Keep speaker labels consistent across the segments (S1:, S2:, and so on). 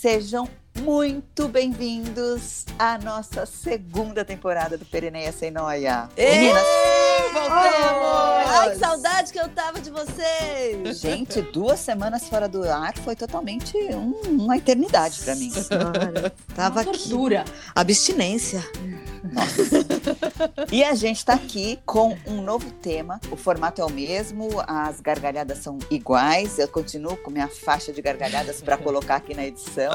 S1: Sejam muito bem-vindos à nossa segunda temporada do Perineia Sem Noia.
S2: Meninas,
S1: voltamos!
S2: Ai, que saudade que eu tava de vocês!
S1: Gente, duas semanas fora do ar foi totalmente um- uma eternidade pra mim.
S3: Senhora, tava aqui.
S2: Tortura.
S3: Abstinência.
S1: E a gente tá aqui com um novo tema. O formato é o mesmo, as gargalhadas são iguais. Eu continuo com minha faixa de gargalhadas para colocar aqui na edição.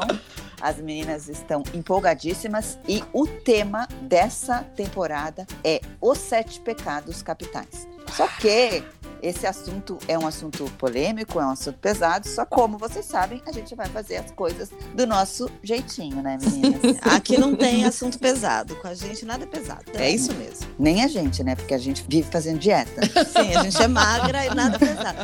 S1: As meninas estão empolgadíssimas e o tema dessa temporada é os sete pecados capitais. Só que esse assunto é um assunto polêmico, é um assunto pesado, só como vocês sabem, a gente vai fazer as coisas do nosso jeitinho, né, meninas?
S3: Aqui não tem assunto pesado. Com a gente nada é pesado. É isso mesmo.
S1: Nem a gente, né? Porque a gente vive fazendo dieta.
S3: Sim, a gente é magra e nada é pesado.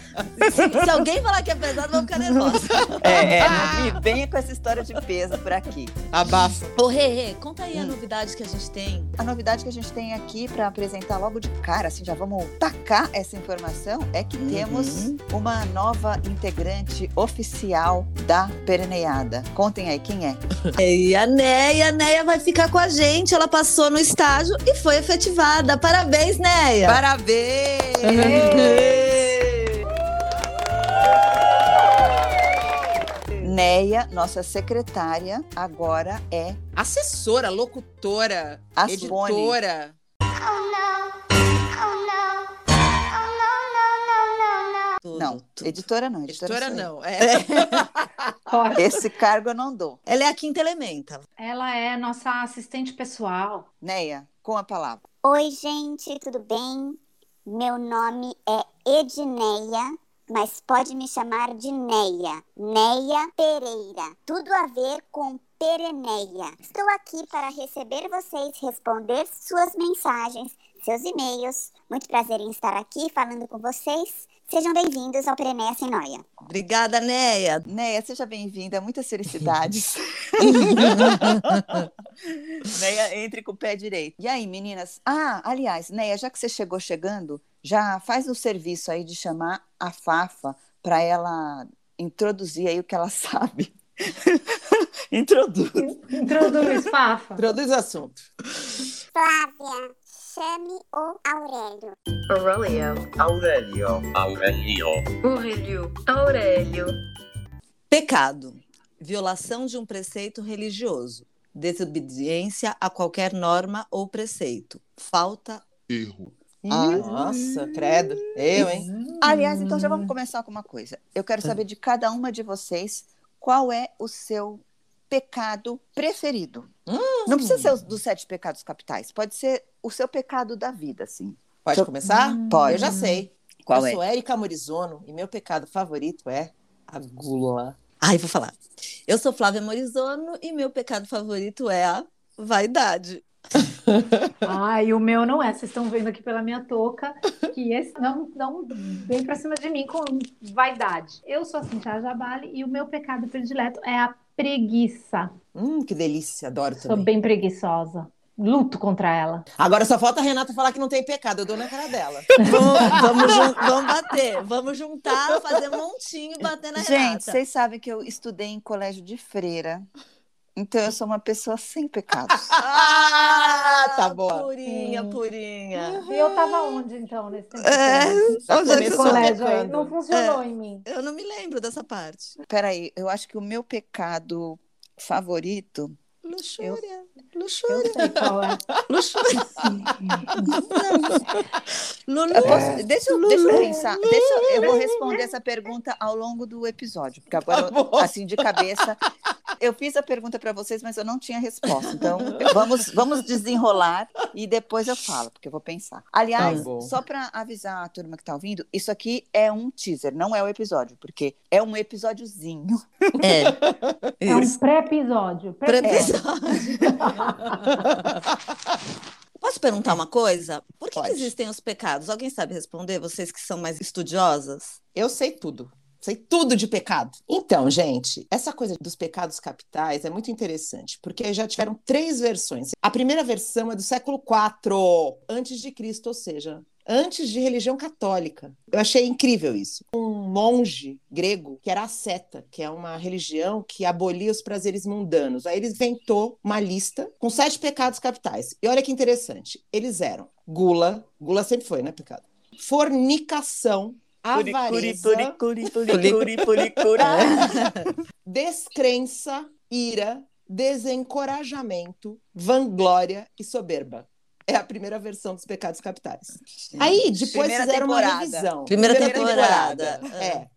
S2: Se, se alguém falar que é pesado, eu vou ficar nervosa.
S1: É, é, não me venha com essa história de peso por aqui.
S4: Abafa.
S2: Ô, Rê, Rê, conta aí a novidade que a gente tem.
S1: A novidade que a gente tem aqui para apresentar logo de cara, assim, já vamos tacar essa informação, é que temos uma nova integrante oficial da Pereneiada. Contem aí quem é.
S2: E a Neia, a Neia vai ficar com a gente. Ela passou no estágio e foi efetivada. Parabéns, Neia!
S1: Parabéns! Neia, nossa secretária, agora é
S4: Assessora, locutora,
S1: a Sônia.
S4: editora.
S3: Tudo,
S1: Não,
S3: tudo.
S1: editora não. Editora,
S4: Editora
S1: sou eu.
S4: não. É.
S5: Corre.
S1: Esse cargo eu não dou.
S3: Ela é a quinta elementa.
S5: Ela é nossa assistente pessoal.
S1: Neia, com a palavra.
S6: Oi, gente, tudo bem? Meu nome é Edneia, mas pode me chamar de Neia. Neia Pereira. Tudo a ver com Pereneia. Estou aqui para receber vocês, responder suas mensagens, seus e-mails. Muito prazer em estar aqui falando com vocês. Sejam bem-vindos ao Pereneia Sem Noia.
S3: Obrigada, Neia.
S1: Neia, seja bem-vinda, muitas felicidades. Neia, entre com o pé direito. E aí, meninas? Ah, aliás, Neia, já que você chegou chegando, já faz o serviço aí de chamar a Fafa para ela introduzir aí o que ela sabe. Introduz.
S5: Introduz, Fafa.
S4: Produz o assunto.
S6: Flávia, chame o Aurélio.
S7: Aurelio. Aurelio.
S8: Aurélio, Aurélio,
S3: Pecado. Violação de um preceito religioso. Desobediência a qualquer norma ou preceito. Falta.
S9: Erro.
S4: Ah, Nossa, credo. Eu, hein?
S1: Aliás, então já vamos começar com uma coisa. Eu quero saber de cada uma de vocês qual é o seu pecado preferido. Não precisa ser os dos sete pecados capitais, pode ser o seu pecado da vida, assim.
S4: Pode começar?
S1: Pode.
S4: Eu já sei.
S1: Qual
S4: eu
S1: é?
S4: sou Érica Morizono e meu pecado favorito é a gula.
S3: Ai, vou falar. Eu sou Flávia Morizono e meu pecado favorito é a vaidade.
S5: Ai, o meu não é. Vocês estão vendo aqui pela minha touca que esse não, não vem pra cima de mim com vaidade. Eu sou a Cintia Jabali e o meu pecado predileto é a preguiça.
S4: Hum, que delícia. Adoro
S5: Sou
S4: também.
S5: bem preguiçosa. Luto contra ela.
S4: Agora só falta a Renata falar que não tem pecado. Eu dou na cara dela.
S3: Vamos, vamos, jun- vamos bater. Vamos juntar, fazer um montinho e bater na
S1: Gente,
S3: Renata.
S1: vocês sabem que eu estudei em colégio de freira. Então eu sou uma pessoa sem pecados.
S4: Ah, tá bom.
S3: Purinha,
S1: Hum.
S3: purinha.
S5: E eu tava onde, então, nesse tempo?
S3: É,
S5: todo?
S4: Já
S3: Onde é que
S5: Esse
S3: eu
S4: começou
S3: sou?
S5: colégio aí
S4: pecando.
S5: não funcionou em mim.
S3: Eu não me lembro dessa parte.
S1: Peraí, eu acho que o meu pecado favorito.
S3: Luxúria,
S5: Eu
S3: luxúria.
S5: sei qual é.
S3: Lulu.
S1: Eu posso- deixa, eu, deixa eu pensar. Deixa eu, eu vou responder essa pergunta ao longo do episódio, porque agora,
S4: Tá bom.
S1: assim, de cabeça, eu fiz a pergunta para vocês, mas eu não tinha resposta. Então, vamos, vamos desenrolar e depois eu falo, porque eu vou pensar. Aliás,
S4: Tá bom.
S1: só para avisar a turma que tá ouvindo, isso aqui é um teaser, não é o episódio, porque é um episódiozinho.
S3: É,
S5: É um
S3: isso.
S5: pré-episódio.
S3: Pra
S5: Pré-episódio.
S3: Posso perguntar uma coisa? Por que, que
S4: Pode.
S3: existem os pecados? Alguém sabe responder? Vocês que são mais estudiosas?
S4: Eu sei tudo. Sei tudo de pecado. Então, gente, essa coisa dos pecados capitais é muito interessante, porque já tiveram três versões. A primeira versão é do século IV antes de Cristo, ou seja, antes de religião católica. Eu achei incrível isso. Um monge grego, que era a seta, que é uma religião que abolia os prazeres mundanos. Aí ele inventou uma lista com sete pecados capitais. E olha que interessante, eles eram gula, gula sempre foi, né, pecado? Fornicação, avareza, descrença, ira, desencorajamento, vanglória e soberba. É a primeira versão dos pecados capitais. Aí, depois
S1: Primeira
S4: fizeram
S1: temporada.
S4: uma revisão.
S3: Primeira
S4: temporada.
S3: temporada.
S4: É.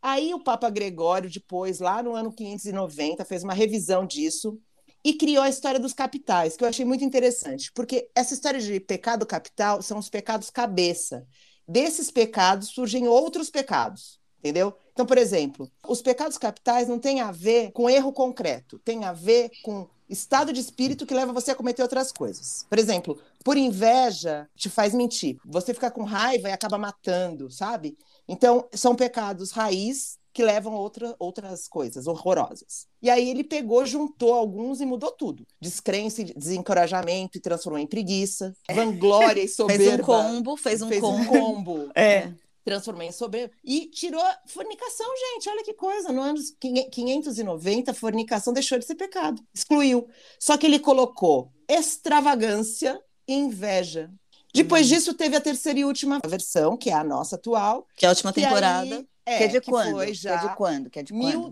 S4: Aí o Papa Gregório, depois, lá no ano 590, fez uma revisão disso e criou a história dos capitais, que eu achei muito interessante, porque essa história de pecado capital são os pecados cabeça. Desses pecados surgem outros pecados, entendeu? Então, por exemplo, os pecados capitais não têm a ver com erro concreto, tem a ver com estado de espírito que leva você a cometer outras coisas. Por exemplo, por inveja te faz mentir. Você fica com raiva e acaba matando, sabe? Então, são pecados raiz que levam a outra, outras coisas horrorosas. E aí ele pegou, juntou alguns e mudou tudo. Descrença, e desencorajamento e transformou em preguiça. Vanglória e soberba.
S3: Fez um combo, fez um
S4: Fez
S3: combo.
S4: um combo.
S1: É.
S4: Transformei em soberba. E tirou fornicação, gente. Olha que coisa. No anos 590, fornicação deixou de ser pecado. Excluiu. Só que ele colocou extravagância e inveja. Depois disso, teve a terceira e última versão, que é a nossa atual.
S3: Que é a última
S4: que
S3: temporada.
S4: aí- é,
S1: Que é de
S4: que
S1: quando?
S4: foi
S1: Que é de
S4: já
S1: quando? Que é de quando?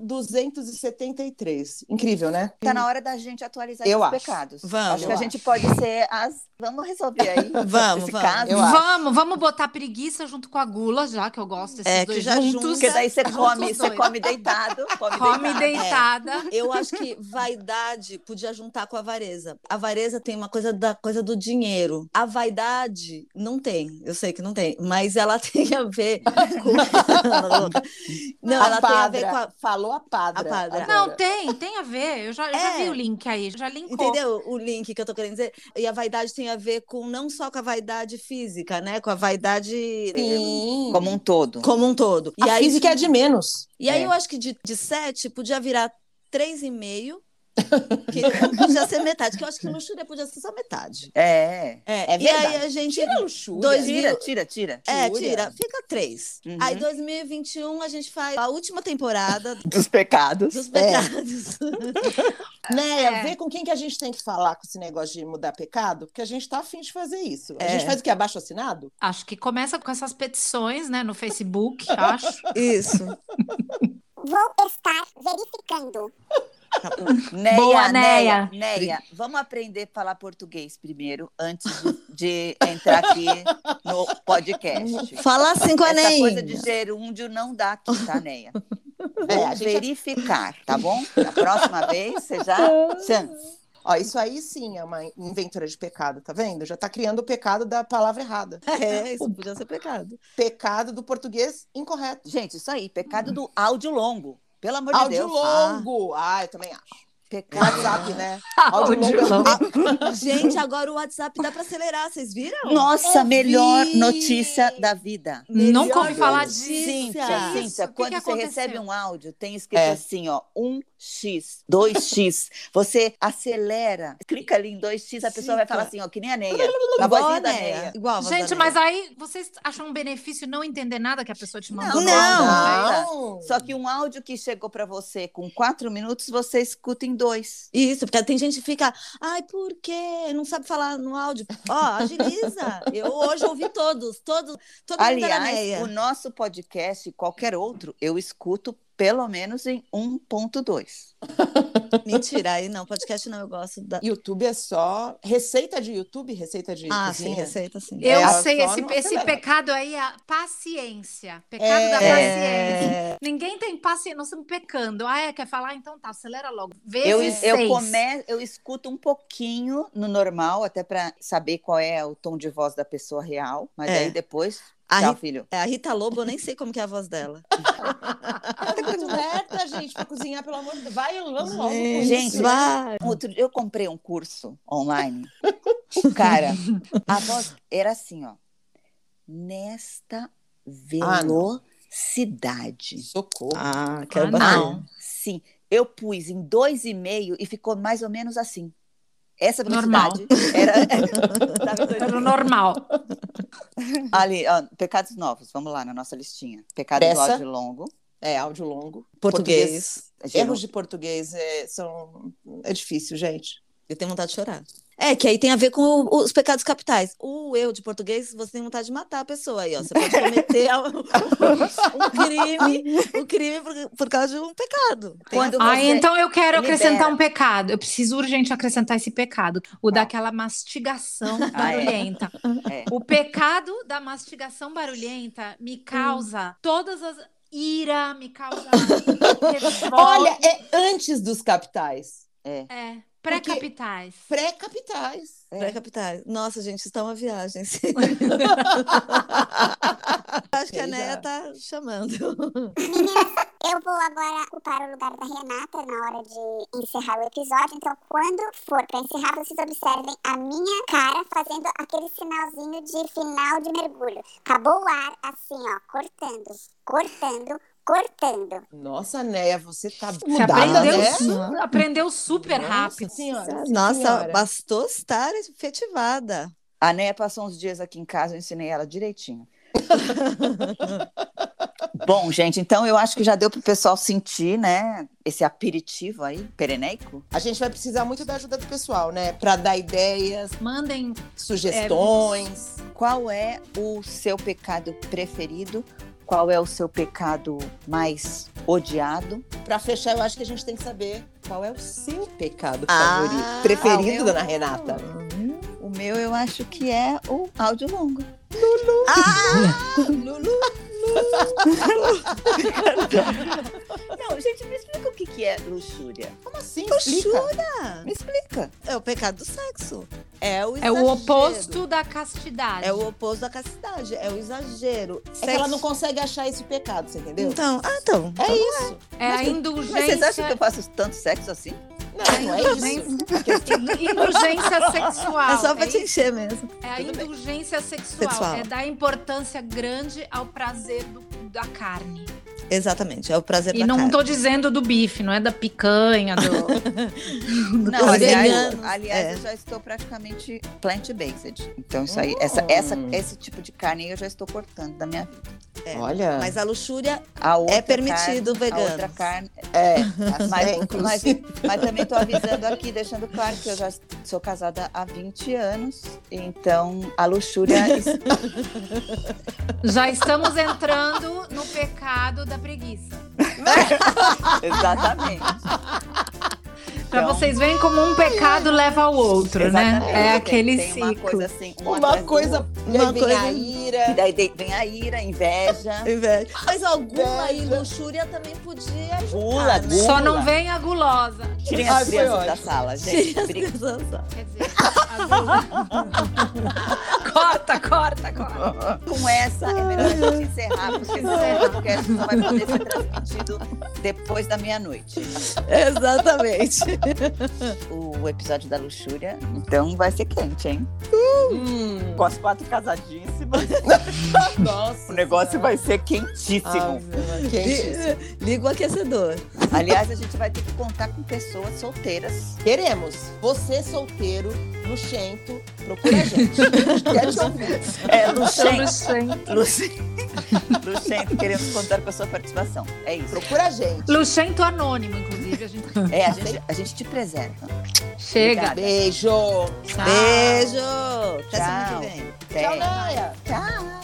S4: 1273. Incrível, né?
S1: Tá na hora da gente atualizar
S4: Eu
S1: os
S4: acho.
S1: pecados.
S3: Vamos,
S1: Acho que
S4: eu
S1: a gente pode ser as. Vamos resolver aí.
S3: Vamos,
S1: esse
S3: vamos.
S1: caso.
S4: Eu acho.
S5: Vamos, vamos botar preguiça junto com a gula, já que eu gosto desses
S3: É, que
S5: dois
S3: já
S5: juntos.
S1: Porque daí você
S5: Juntos
S1: come,
S5: os
S1: você
S5: dois.
S1: come deitado. Come,
S5: Come
S1: deitado.
S5: deitada.
S3: Eu acho que vaidade podia juntar com a avareza. A avareza tem uma coisa da coisa do dinheiro. A vaidade não tem, eu sei que não tem, mas ela tem a ver com. não,
S4: A
S3: ela
S4: padra.
S3: tem a ver com a.
S4: Falou a padra.
S3: A padra.
S4: Adoro.
S5: Não, tem, tem a ver. Eu já, eu já
S3: É.
S5: vi o link aí, já linkou.
S3: Entendeu o link que eu tô querendo dizer? E a vaidade tem a ver com não só com a vaidade física, né? Com a vaidade
S4: Sim.
S1: Como um todo.
S3: como um todo.
S4: a física é de menos.
S3: E aí
S1: É.
S3: eu acho que de, de sete podia virar três e meio, que podia ser metade, que eu acho que luxúria podia ser só metade.
S1: É.
S3: É,
S4: É
S3: e aí
S4: verdade.
S3: a gente...
S4: Tira a luxúria.
S3: Dois
S1: Tira,
S3: mil-
S1: tira, tira.
S3: É,
S4: luxúria.
S3: tira, fica três.
S1: Uhum.
S3: Aí 2021 a gente faz a última temporada
S1: Dos pecados.
S4: É.
S3: dos pecados.
S4: Né,
S5: É.
S4: Vê com quem que a gente tem que falar com esse negócio de mudar pecado, porque a gente tá afim de fazer isso. A
S3: É.
S4: gente faz o que? Abaixo assinado?
S5: Acho que começa com essas petições, né, no Facebook, acho.
S3: Isso.
S6: Vou estar verificando.
S1: Neia,
S5: Boa,
S1: Neia. Neia, vamos aprender a falar português primeiro, antes de, de entrar aqui no podcast.
S3: Fala assim com a
S1: Essa
S3: Ney.
S1: coisa de gerúndio não dá aqui, tá, Neia? Vou
S4: É, a gente-
S1: verificar, tá bom? Da próxima vez, você já... Tchan.
S4: Ó, isso aí sim é uma inventora de pecado, tá vendo? Já tá criando o pecado da palavra errada.
S3: É, isso podia ser pecado.
S4: Pecado do português incorreto.
S1: Gente, isso aí, pecado do áudio longo. Pelo amor de
S4: Áudio
S1: Deus. tá?
S4: longo. Ah, eu também acho. Ah,
S1: Pecado.
S4: WhatsApp, né?
S5: Áudio longo.
S3: Gente, agora o WhatsApp dá pra acelerar, vocês viram?
S1: Nossa,
S3: Ouvi!
S1: melhor notícia da vida.
S5: Nunca ouvi
S3: Melhor
S5: falar
S3: notícia.
S5: disso.
S1: Cíntia,
S5: é Isso,
S1: Cíntia,
S5: o que
S1: quando
S5: que
S1: você
S5: aconteceu?
S1: recebe um áudio, tem escrito
S4: É.
S1: assim, ó, 1x, 2x. Você acelera, clica ali em 2x, a pessoa vai falar assim, ó, que nem a Neia. Na
S3: Igual
S1: vozinha
S3: a
S1: da
S3: Neia.
S1: Neia.
S3: Igual a voz
S5: Gente,
S3: da
S5: mas
S3: Neia.
S5: aí vocês acham um benefício não entender nada que a pessoa te mandou?
S1: Não,
S5: é
S4: Não.
S1: Só que um áudio que chegou pra você com quatro minutos, você escuta em dois.
S3: Isso, porque tem gente que fica, ai, por quê? Não sabe falar no áudio. Ó, agiliza. Eu hoje ouvi todos, todos, todo mundo da
S1: Aliás, o
S3: Neia.
S1: nosso podcast, e qualquer outro, eu escuto pelo menos em 1.2.
S3: Mentira, aí não, podcast não, eu gosto da...
S4: YouTube é só receita de YouTube, receita de
S3: Ah, sim,
S4: cozinha.
S3: receita sim.
S5: Eu
S4: Ela
S5: sei,
S4: só
S5: esse,
S4: não
S5: esse
S4: acelera.
S5: pecado aí é a paciência. Pecado da paciência.
S3: É,
S5: Ninguém tem paciência, nós estamos pecando. Ah, é, quer falar? Então tá, acelera logo.
S1: Eu,
S5: Vezes
S1: eu,
S5: seis.
S1: come, eu escuto um pouquinho no normal, até pra saber qual é o tom de voz da pessoa real. Mas
S3: É.
S1: aí depois,
S3: a,
S1: tchau,
S3: Ri-
S1: filho.
S3: é, a Rita Lobo, eu nem sei como que é a voz dela.
S4: Ela tá muito reta, gente, pra cozinhar, pelo amor de Deus. Vai, vamos logo. com
S1: Gente,
S4: isso.
S3: vai.
S1: Outro dia eu comprei um curso online. O cara, a voz era assim, ó. Nesta
S4: Ah, não.
S1: velocidade.
S4: Socorro.
S3: Ah,
S5: Ah,
S3: quero bastante.
S5: não.
S1: Sim, eu pus em dois e meio e ficou mais ou menos assim. Essa
S5: Normal.
S1: velocidade era... Sabe,
S5: Era o normal.
S1: Ali, ó, pecados novos, vamos lá na nossa listinha. Pecado
S4: Pressa.
S1: do ódio longo.
S4: É, áudio longo.
S3: Português.
S1: Genu-
S4: Erros de português é, são. É difícil, gente.
S3: Eu tenho vontade de chorar. É, que aí tem a ver com o- os pecados capitais. O eu de português, você tem vontade de matar a pessoa aí, ó. Você pode cometer um, um crime, um crime por, por causa de um pecado. Tem
S1: Quando
S3: a-
S5: Ah, então eu quero
S1: libera.
S5: acrescentar um pecado. Eu preciso urgente acrescentar esse pecado. O daquela mastigação
S1: Ah, é.
S5: barulhenta.
S1: É.
S5: O pecado da mastigação barulhenta me causa todas as ira, me causa revolta.
S4: Olha, é antes dos capitais.
S5: É, pré-capitais.
S4: Pré-capitais.
S3: Pré-capitais. Nossa, gente, isso tá uma viagem. sim. Acho que a
S4: Sei
S3: Neia
S4: já.
S3: tá chamando.
S6: Eu vou agora ocupar o lugar da Renata na hora de encerrar o episódio. Então, quando for pra encerrar, vocês observem a minha cara fazendo aquele sinalzinho de final de mergulho. Acabou o ar, assim, ó, cortando, cortando, cortando.
S4: Nossa, Neia, você tá
S5: Você
S4: mudada,
S5: aprendeu,
S4: né?
S5: su- aprendeu super
S4: Nossa
S5: rápido.
S4: Senhora,
S3: Nossa,
S4: senhora.
S3: bastou estar efetivada.
S1: A Neia passou uns dias aqui em casa, eu ensinei ela direitinho. Bom, gente, então eu acho que já deu pro pessoal sentir, né? Esse aperitivo aí, pereneico.
S4: A gente vai precisar muito da ajuda do pessoal, né? Pra dar ideias,
S5: Mandem
S4: sugestões.
S1: Qual é o seu pecado preferido? Qual é o seu pecado mais odiado?
S4: Pra fechar, eu acho que a gente tem que saber qual é o seu pecado
S3: Ah,
S4: favorito. Preferido,
S1: eu-
S4: dona Renata.
S1: O meu eu acho que é o áudio longo.
S3: Ah! Lulu,
S1: Não, gente, me explica o que, que é luxúria.
S4: Como assim?
S1: Explica.
S3: me
S1: explica.
S3: É o pecado do sexo. É o
S5: É o
S3: exagero.
S5: oposto da castidade.
S3: É o oposto da castidade, é o exagero.
S4: É que ela não consegue achar esse pecado, você entendeu?
S3: Então, ah, então.
S4: É isso.
S5: É a indulgência.
S1: Mas vocês acham que eu faço tanto sexo assim?
S4: Não, não é isso.
S5: Indulgência sexual.
S3: É só pra
S5: é
S3: te encher mesmo.
S5: É a
S3: Tudo bem.
S5: indulgência sexual,
S3: Sexual.
S5: é dar importância grande ao prazer do- da carne.
S3: Exatamente, é o prazer
S5: E
S3: da
S5: não
S3: carne.
S5: tô dizendo do bife, não é da picanha, do...
S1: Não,
S3: Os
S1: aliás,
S3: veganos,
S1: aliás
S3: é.
S1: eu já estou praticamente plant-based. Então, isso aí, essa, essa-
S4: Hum.
S1: esse tipo de carne aí eu já estou cortando da minha vida.
S3: É.
S4: Olha.
S3: Mas a luxúria
S1: A outra
S3: é permitido
S1: carne,
S3: vegano.
S1: A outra carne.
S4: É,
S1: Mas,
S4: é,
S1: mas,
S4: inclusive.
S1: mas também estou avisando aqui, deixando claro que eu já sou casada há 20 anos. Então, a luxúria.
S5: Já estamos entrando no pecado da preguiça.
S1: Exatamente.
S5: Pra
S1: Então-
S5: vocês verem como um pecado leva ao outro,
S1: Exatamente.
S5: né? É
S1: Tem-
S5: aquele
S1: tem
S5: ciclo.
S1: Uma coisa assim. um atrás
S4: uma
S1: do
S4: coisa.
S1: outro.
S4: e aí
S3: Uma
S4: vem
S3: coisa-
S4: a ira.
S1: E daí de- vem a ira, a inveja.
S3: Inveja. Mas alguma aí,
S4: Inveja.
S3: luxúria também podia ajudar.
S1: Gula,
S3: né?
S1: gula.
S5: Só não vem a gulosa.
S1: Tirem
S4: Ai,
S1: as
S4: foi
S1: crianças da
S4: ótimo.
S1: sala, gente. Brin-
S5: Quer dizer, a gulosa. corta, corta, corta.
S1: Com essa, é melhor a gente encerrar, porque esse podcast só vai poder ser transmitido depois da meia-noite.
S3: Exatamente.
S1: O episódio da luxúria, então vai ser quente, hein?
S4: Hum,
S1: Com as quatro casadíssimas,
S4: nossa.
S1: o negócio é assim. vai ser quentíssimo.
S4: Ah, Quentíssimo.
S3: Li- Liga o aquecedor.
S1: Aliás, a gente vai ter que contar com pessoas solteiras.
S4: Queremos você solteiro, luxento, procura a gente. A gente quer te ouvir.
S1: É, Luxem,
S5: Luxem-
S1: Luxem, Então, queremos contar com a sua participação. É isso.
S4: Procura a gente.
S5: Luxento anônimo, inclusive. A gente...
S1: É, a gente, a gente te preserva.
S5: Chega.
S1: Obrigada.
S4: Beijo.
S5: Tchau.
S3: Beijo. Até semana
S1: Tchau.
S3: que vem.
S1: Até.
S4: Tchau, Naya.
S1: Tchau.